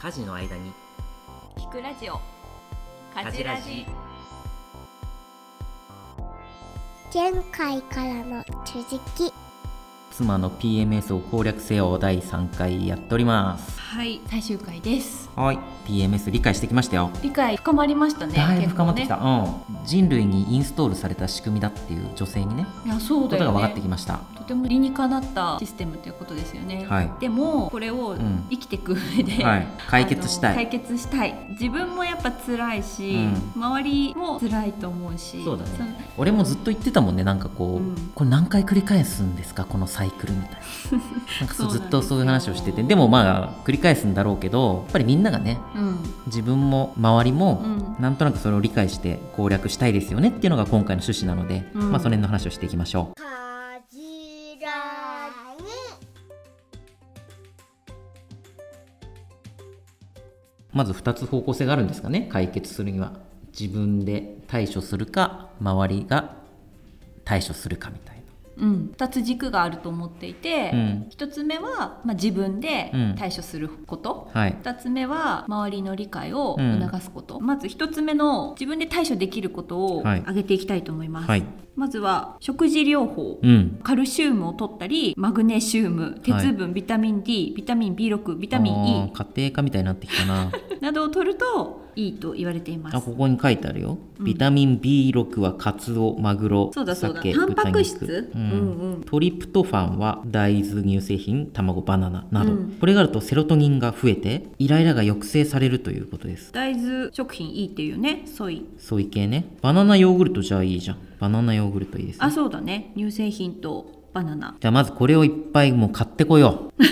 家事の間に聞くラジオ家事ラジ前回からの続き妻の PMS を攻略せよ第3回やっておりますはい最終回ですはい PMS 理解してきましたよ理解深まりましたねだいぶ深まってき結構た、うん、人類にインストールされた仕組みだっていう女性にねねいやそうこだとよがね分かってきましたとても理にかなったシステムということですよね、はいでもこれをん生きていく上で、はい解決したあのい解決したい自分もやっぱ辛いし、う周りも辛いと思うしそうだね俺もずっと言ってたもんねなんかこう、うんこれ何回繰り返すんですかこのサイクルみ たいななんかそうそずうなんですよっとそういう話をしててでもまあ繰り返すんだろうけどやっぱりみんながねそうん自分も周りも、うんなんとなくそれを理解して攻略したいですよねっていうのが今回の趣旨なので、うんまあそれの話をしていきましょうかじらにまず2つ方向性があるんですかね解決するには自分で対処するか周りが対処するかみたいなうん、2つ軸があると思っていて、うん一1つ目は、まあ、自分でうん対処すること、はい二2つ目は周りの理解をうん促すこと、まず1つ目の自分で対処できることをはい挙げていきたいと思います、はいまずは食事療法、うんカルシウムを取ったりマグネシウム鉄分、ビタミン D ビタミン B6 ビタミンあー E 家庭科みたいになってきたななどを取るといいと言われていまあすここに書いてあるよ、うんビタミン B6 はカツオマグロそうだそうだ鮭タンパク豚質肉、ううんんうんトリプトファンは大豆乳製品卵バナナなど、うんこれがあるとセロトニンが増えてイライラが抑制されるということです大豆食品いいっていうねソイそういう系ねバナナヨーグルトじゃあいいじゃんバナナヨーグルトいいですねあそうだね乳製品とバナナじゃあまずこれをいっぱいもう買ってこよう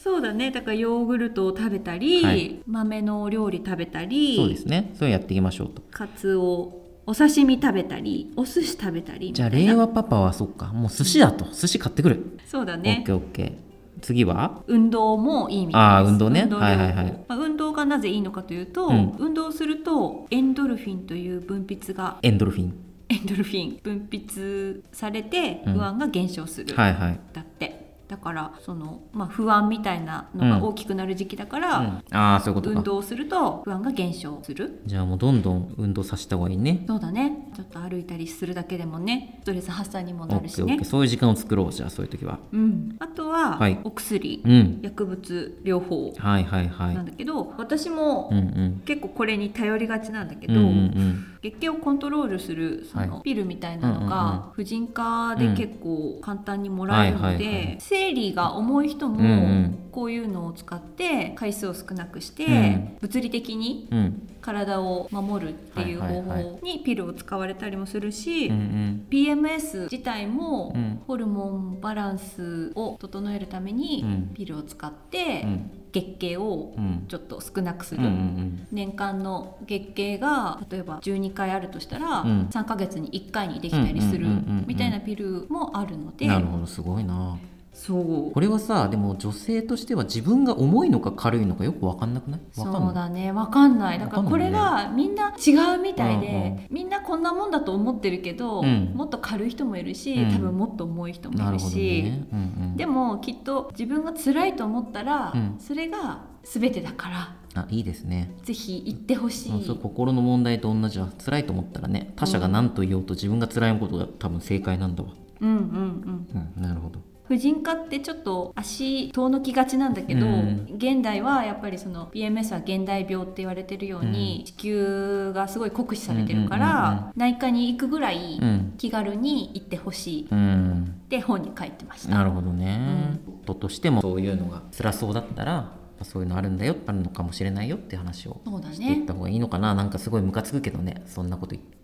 そうだねだからヨーグルトを食べたり、はい豆のお料理食べたそうでりすねそういうのやっていきましょうとカツオお刺身食べたりお寿司食べたりみじゃたあいな令和パパはそっかもう寿司だと寿司買ってくる、そうだオッねケーオッケー次は運動もいいみたいあーです運動ね療法はいはいはいまあ、運動がなぜいいのかというと、うん運動するとエンドルフィンという分泌がエンドルフィンエンドルフィン分泌されてうん不安が減少する、はいはいだってだからその、まあ、不安みたいなのが大きくなる時期だから、ああーそういうこと運か動をすると不安が減少するじゃあもうどんどん運動させた方がいいねそうだねちょっと歩いたりするだけでもねストレス発散にもオッなケるーしオッねケーそういう時間を作ろうじゃあそういう時はうん、あとは、はいお薬、うん薬物療法はいはいはいなんだけど、私もうんうん結構これに頼りがちなんだけうど、んうん月経をコントロールするそのはピルみたいなのが、うんうん婦人科で結構簡単にもらえるので、はいはいはい生理が重い人も、うんうんこういうのを使って回数を少なくして、うん物理的にうんうん体を守るっていう方はいはい法にピルを使われたりもするし、うんうん PMS 自体もうんホルモンバランスを整えるためうにんピルを使ってうん月経をうんちょっと少なくすうんうる。ん年間の月経が例えば12回あるとしたら、うん3ヶ月に1回にできたりするうんうんうんうんうんみたいなピルもあるのうでんなるほどすごいなそうこれはさでも女性としては自分が重いのか軽いのかよく分かんなくない分かんないそうだねわかんないだからわこかんないねれがみんな違うみたいで、うんうんみんなこんなもんだと思ってるけど、うんもっと軽い人もいるし、うん多分もっと重い人もないるるほどしね、うんうん、でもきっと自分が辛いと思ったら、うんそれが全てだからあいいですねぜひ行ってほしい、もうそれ心の問題と同じだ辛いと思ったらね他者が何と言おうと自分が辛いことが多分正解なんだわ、うんうんうんうん、なるほど婦人科ってちょっと足遠のきがちなんだけど、うん現代はやっぱりその PMS は現代病って言われてるように、子宮がすごい酷使されてるから、うんうんうん内科に行くぐらいうん気軽に行ってほしいっうんて本に書いてました。なるほどね、夫としてもそういうのが辛そうだったらそういうのあるんだよあるのかもしれないよっていう話をそうだねしていった方がいいのかな、なんかすごいムカつくけどねそんなこと言って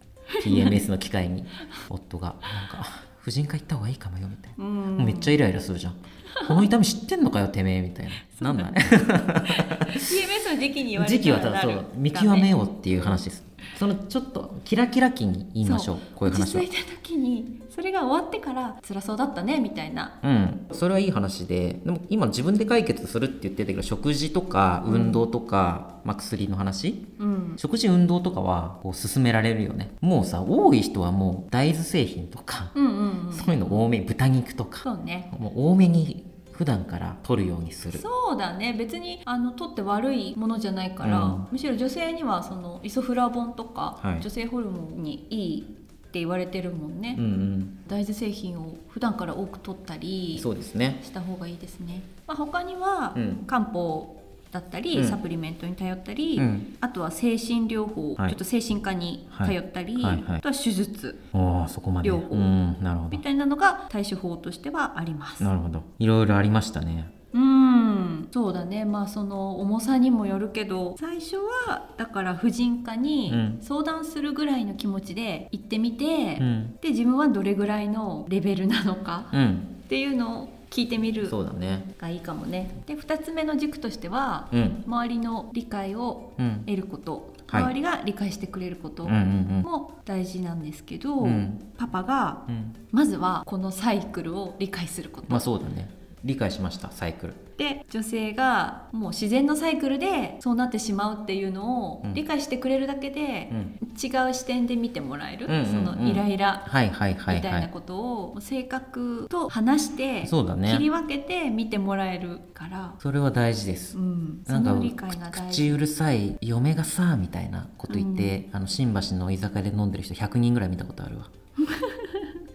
PMS の機会 に夫がなんかあ「婦人科行った方がいいかもよ」みたいな、うんもうめっちゃイライラするじゃん「この痛み知ってんのかよてめえ」みたいななんない PMS の時期に言われ時期はたらだなそるう見極めようっていう話です、そのちょっとキラキラ期に言いましょうこういう話は落ち着いた時にそれが終わってから辛そうだったねみたいなうん、それはいい話ででも今自分で解決するって言ってたけど食事とか運動とか、まあ、薬の話うん食事運動とかはこう勧められるよねもうさ多い人はもう大豆製品とか、うんうんうんそういうの多め豚肉とかそうねもう多めに普段から取るようにするそうだね別にあの取って悪いものじゃないから、うんむしろ女性にはそのイソフラボンとか、はい女性ホルモンにいいって言われてるもんね、うんうん大豆製品を普段から多く取ったりそうですねした方がいいですね、まあ、他には、うん漢方だったり、うんサプリメントに頼ったり、うんあとは精神療法、はいちょっと精神科に頼ったり、はいはいはいあとは手術おーそこまで両方うんなるほどみたいなのが対処法としてはあります。なるほどいろいろありましたねうんそうだねまあその重さにもよるけど最初はだから婦人科にうん相談するぐらいの気持ちで行ってみて、うんで自分はどれぐらいのレベルなのかうんっていうのを聞いてみるそうだねがいいかもね。で2つ目の軸としてはうん周りの理解をうん得ること、はい周りが理解してくれることうんうんも大事なんですけど、うんパパがうんうんまずはこのサイクルを理解すること。まあそうだね理解しましたサイクルで女性がもう自然のサイクルでそうなってしまうっていうのをうん理解してくれるだけで、ん違う視点で見てもらえる、うんうんうんそのイライラはいはいはみいたはいないことをもう性格と話してそうだ切りね分けて見てもらえるから、それは大事ですうん、なそんかの理解が大口事。うるさい嫁がさみたいなこと言って、あの新橋の居酒屋で飲んでる人100人ぐらい見たことある わ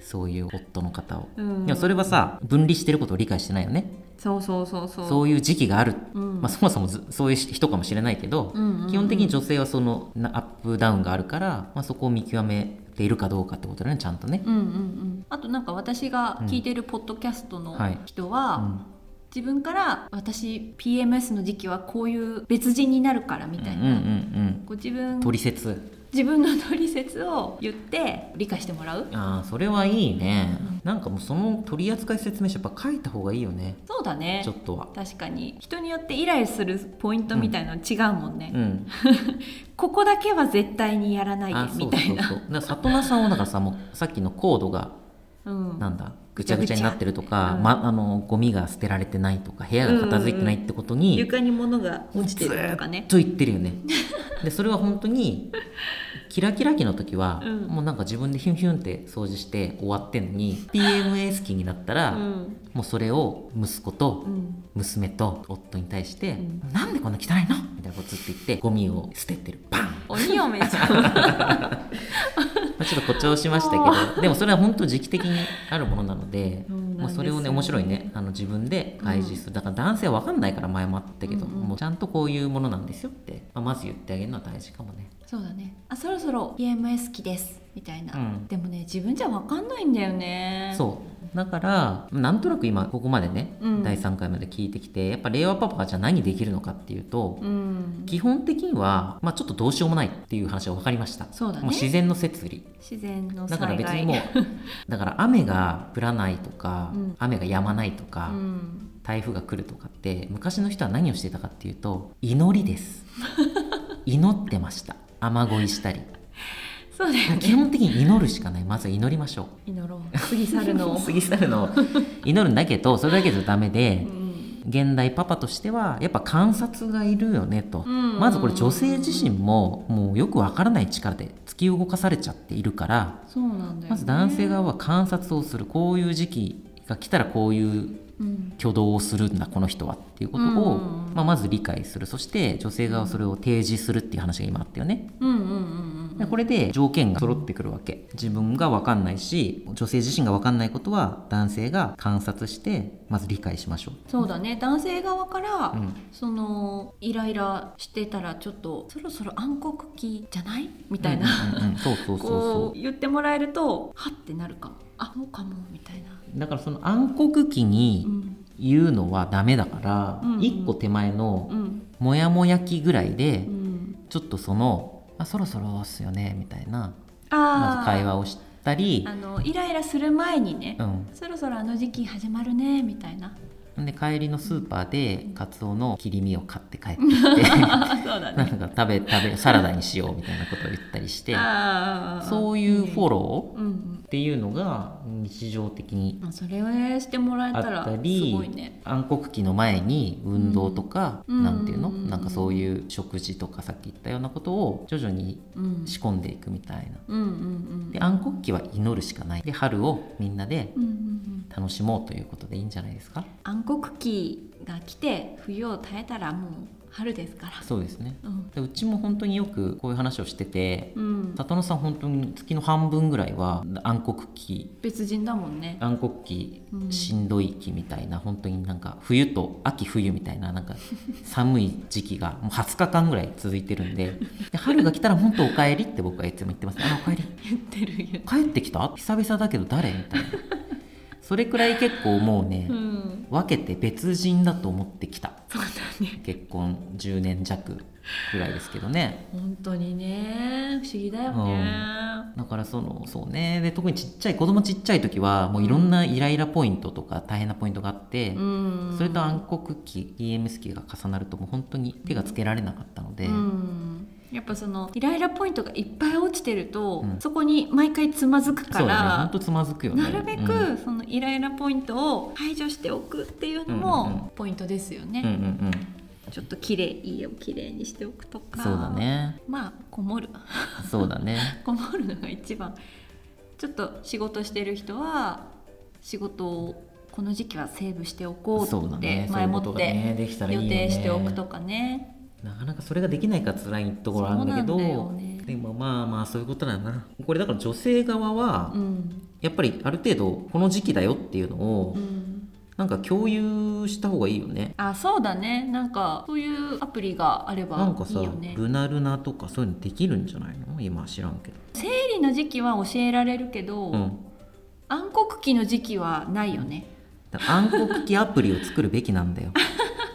そういう夫の方を、うんでもそれはさ分離してることを理解してないよねそうそうそうそうそういう時期がある、うんまあ、そもそもずそういう人かもしれないけど、うんうんうん基本的に女性はそのなアップダウンがあるから、まあ、そこを見極めているかどうかってことだねちゃんとね、うんうんうん、あとなんか私が聞いてるポッドキャストのはい人は、うん自分から私 PMS の時期はこういう別人になるからみたいな、うんうんうんこう自う分ん取説自分の取説を言って理解してもらうああそれはいいね、なんかもうその取扱説明書やっぱ書いた方がいいよねそうだねちょっとは確かに人によってイライラするポイントみたいの違うもんね、うんここだけは絶対にやらないあでそみうそたいうそうだからな里奈さんはだからさもうさっきのコードがうんなんだぐちゃぐちゃになってるとか、うんま、あのゴミが捨てられてないとか部屋が片付いてないってことに、床に物が落ちてるとかずーっねと言ってるよ ねでそれは本当にキラキラ期の時は、うんもうなんか自分でヒュンヒュンって掃除して終わってんの に PMS 期になったら、うんもうそれを息子と うん娘と夫に対してん「なんでこんな汚いの?」みたいなことずっと言ってゴミを捨ててるバン、ま鬼嫁じ ゃんあ、ちょっと誇張しましたけどでもそれは本当時期的にあるものなのでそうなんですよねもうそれをね面白いねあの自分で開示するだから男性は分かんないから前もあったけど、うんうんもうちゃんとこういうものなんですよって、まあ、まず言ってあげるのは大事かもね。そうだねあそろそろ PMS 期ですみたいな、うんでもね自分じゃ分かんないんだよねそうだからなんとなく今ここまでね、うん第3回まで聞いてきてやっぱ令和パパはじゃあ何できるのかっていうと、うん基本的には、まあ、ちょっとどうしようもないっていう話は分かりましたそうだねもう自然の摂理自然のだから災別に害もう だから雨が降らないとか、うん雨が止まないとか、うん台風が来るとかって昔の人は何をしてたかっていうと祈りです 祈ってました雨乞いしたりそうだよね基本的に祈るしかないまずは祈りましょう祈ろう過ぎ去るの を過ぎ去るのを祈るんだけどそれだけじゃダメでうん現代パパとしてはやっぱ観察がいるよねと、うんまずこれ女性自身ももうよくわからない力で突き動かされちゃっているからそうなんだよ、ね、まず男性側は観察をするこういう時期が来たらこういううん挙動をするんだこの人はっていうことを、うんまあ、まず理解するそして女性側はそれを提示するっていう話が今あったよね。うんうんうんうでんこれで条件が揃ってくるわけ自分が分かんないし女性自身が分かんないことは男性が観察してまず理解しましょうそうだね男性側から、うんそのイライラしてたらちょっとそろそろ暗黒期じゃないみたいな、うんうんうんそうそうそうこそう言ってもらえるとはってなるかもあそうかもみたいな、うだからその暗黒期にうん言うのはダメだから、うんうん一個手前のうんモヤモヤ期ぐらいでうん、ちょっとそのあそろそろっすよねみたいなまずあー会話をしたりあのイライラする前にね、うんそろそろあの時期始まるねみたいなで帰りのスーパーでカツオの切り身を買って帰ってきて なあ そうだんねか食べ食べサラダにしようみたいなことを言ったりしてあーそういうフォロうんうんーっていうのが日常的にまあそれをしてもらえあたっらすたごりいね暗黒期の前に運動とか、うんなんていうの、うんなんかそういう食事とかさっき言ったようなことを徐々にうん仕込んでいくみたいな。うんうんうんで暗黒期は祈るしかないで春をみんなでうんうんうん楽しもうということでいいんじゃないですか暗黒期が来て冬を耐えたらもう春ですからそうですねうんでうちも本当によくこういう話をしててうん里野さん本当に月の半分ぐらいは暗黒期別人だもんね暗黒期うんしんどい期みたいな本当になんか冬と秋冬みたいな なんか寒い時期がもう20日間ぐらい続いてるんでで春が来たら本当おかえりって僕はいつも言ってますあおかえり言ってるよ帰ってきた久々だけど誰みたいなそれくらい結構もうね、うん分けて別人だと思ってきたそうだね結婚10年弱ぐらいですけどね本当にね不思議だよねだからそのそうねで特にちっちゃい子供ちっちゃい時はもういろんなイライラポイントとか大変なポイントがあって、うんそれと暗黒期 EMS 期が重なるともう本当に手がつけられなかったので、うんやっぱそのイライラポイントがいっぱい落ちてると、うんそこに毎回つまずくかそうだね本ら、当つまずくよねなるべうんくそのイライラポイントを排除しておくっていううのんうんうんもポイントですよね、うんうんちょっと綺麗家を綺麗にしておくとうんかそうだねまあこもる そうだねこもるのが一番ちょっと仕事してる人は仕事をこの時期はセーブしておこそううだってね前もそういうことっがてねできたらいい予よね定しておくとかねなかなかそれができないから辛いところあるんだけどそうなんだよねでもまあまあそういうことだなこれだから女性側はうんやっぱりある程度この時期だよっていうのをうんなんか共有した方がいいよねあそうだねなんかそういうアプリがあればなんかいさいよねルナルナとかそういうのできるんじゃないの今知らんけど生理の時期は教えられるけど、うん暗黒期の時期はないよね だから暗黒期アプリを作るべきなんだよ、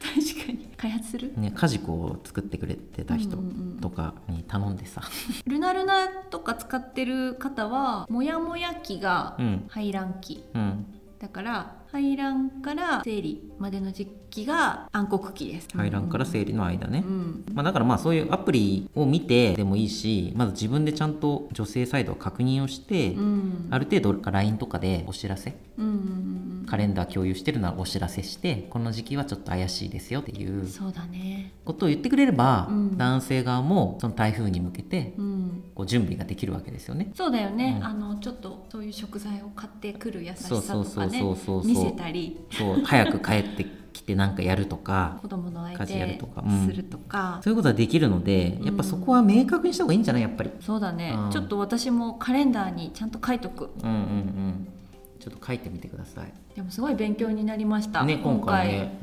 確かに開発するね、カジコを作ってくれてた人うんうんうんとかに頼んでさルナルナとか使ってる方はモヤモヤ期がうん排卵期うんだから排卵から生理までの時期が暗黒期です排卵から生理の間ね、うんまあ、だからまあそういうアプリを見てでもいいしまず自分でちゃんと女性サイドは確認をして、うんある程度 LINE とかでお知らせうんうんカレンダー共有してるならお知らせしてこの時期はちょっと怪しいですよっていうんうそうだねことを言ってくれれば、うん男性側もその台風に向けてうんこう準備ができるわけですよね。そうだよね、うんあのちょっとそういう食材を買ってくる優しさそうそうとそかうねそうそう見そせうたりそう早く帰ってきてなんかやるとか子供の相家事やる手とかうんするとか、そういうことはできるのでやっぱそこは明確にした方がいいんじゃないやっぱり。そうだね、うんちょっと私もカレンダーにちゃんと書いとくうんうんうんちょっと書いてみてください。でもすごい勉強になりました、ね今回ね、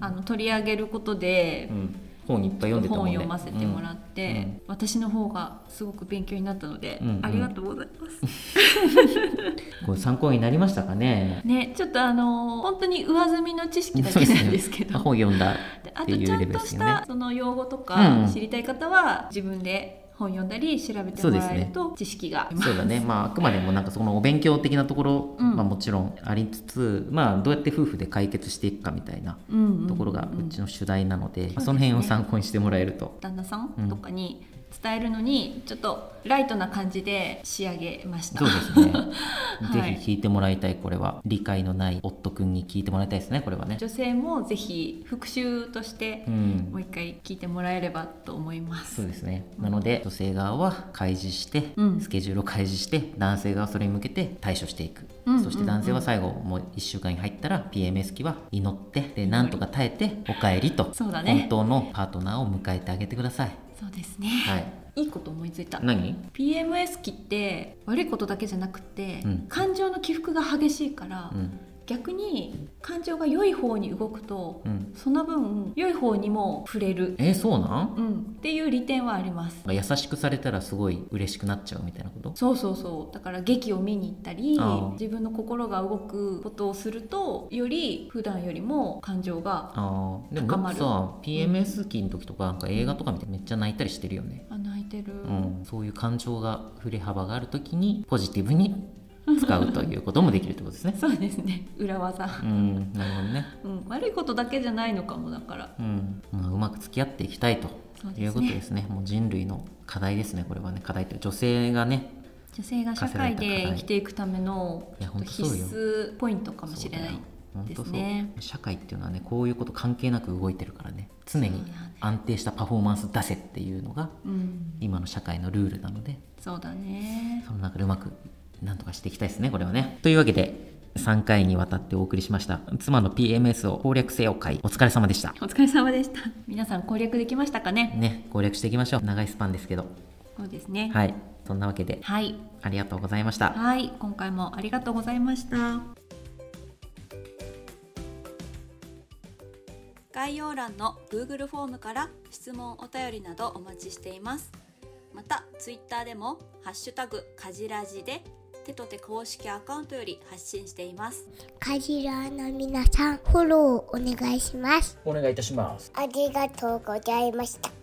あの取り上げることで、うん、本いっぱい読んでたもん本ね読ませてもらって、うんうん私の方がすごく勉強になったので、うんうんありがとうございます。 うんこれ参考になりましたかねね、ちょっとあのー本当に上積みの知識だけなんですけど、 本読んだでっあてというちゃレんベルとですしよねたその用語とうんうかん知りたい方は自分で本読んだり調べてそうもでらすえねると知識が増えますそうだねまああくまでもなんかそのお勉強的なところ、うんまあ、もちろんありつつまあどうやって夫婦で解決していくかみたいなうんうんうんところがうちの主題なので、すねその辺を参考にしてもらえると旦那さうんんとかに伝えるのにちょっとライトな感じで仕上げました。そうです ねいぜひ聞いてもらいたいこれは理解のない夫くんに聞いてもらいたいですねこれはね、女性もぜひ復習としてうんもう一回聞いてもらえればと思いまそす。うですねなので女性側は開示して、うんスケジュールを開示して男性側はそれに向けて対処していく、うんうんうんそして男性は最後もう1週間に入ったら PMS 期は祈ってでなんとか耐えてお帰りとそうだね本当のパートナーを迎えてあげてくださいそうですね。はいいいこと思いついた。何 PMS 期って悪いことだけじゃなくて、うん感情の起伏が激しいから、うん逆に感情が良い方に動くと、うんその分良い方にも触れる、えそうなんうん、っていう利点はあります。優しくされたらすごい嬉しくなっちゃうみたいなことそうそうそうだから劇を見に行ったりああ自分の心が動くことをするとより普段よりも感情があーでも高よまくるさ PMS 期の時とかなんか映画とか見てめっちゃ泣いたりしてるよね、あ泣いてる、うん、そういう感情が振れ幅がある時にポジティブに使うということもできるってことですね。そうですね裏技、うん、なるほどね。うん、悪いことだけじゃないのかもだからうん、まあうまく付き合っていきたいとそうですねいうことですね。もう人類の課題ですね。これはね、課題というか女性がね、女性が社会で生きていくためのいやちょっ本と当必そうよ須ポイントかもしれないでそうすだよね本当そう社会っていうのはねこういうこと関係なく動いてるからね常にそうだね安定したパフォーマンス出せっていうのがうん今の社会のルールなのでそうだねその中でうまくなんとかしていきたいですねこれはね。というわけで3回にわたってお送りしました「妻の PMS を攻略せよ会」お疲れ様でした。お疲れ様でした皆さん攻略できましたかねね、攻略していきましょう長いスパンですけどそうですねはいそんなわけではい、ありがとうございました。はい、今回もありがとうございました概要欄の Google フォームから質問お便りなどお待ちしていますまた Twitter でも「ハッシュタグかじらじ」で手と手公式アカウントより発信していますカジラーの皆さん、フォローお願いします。お願いいたしますありがとうございました。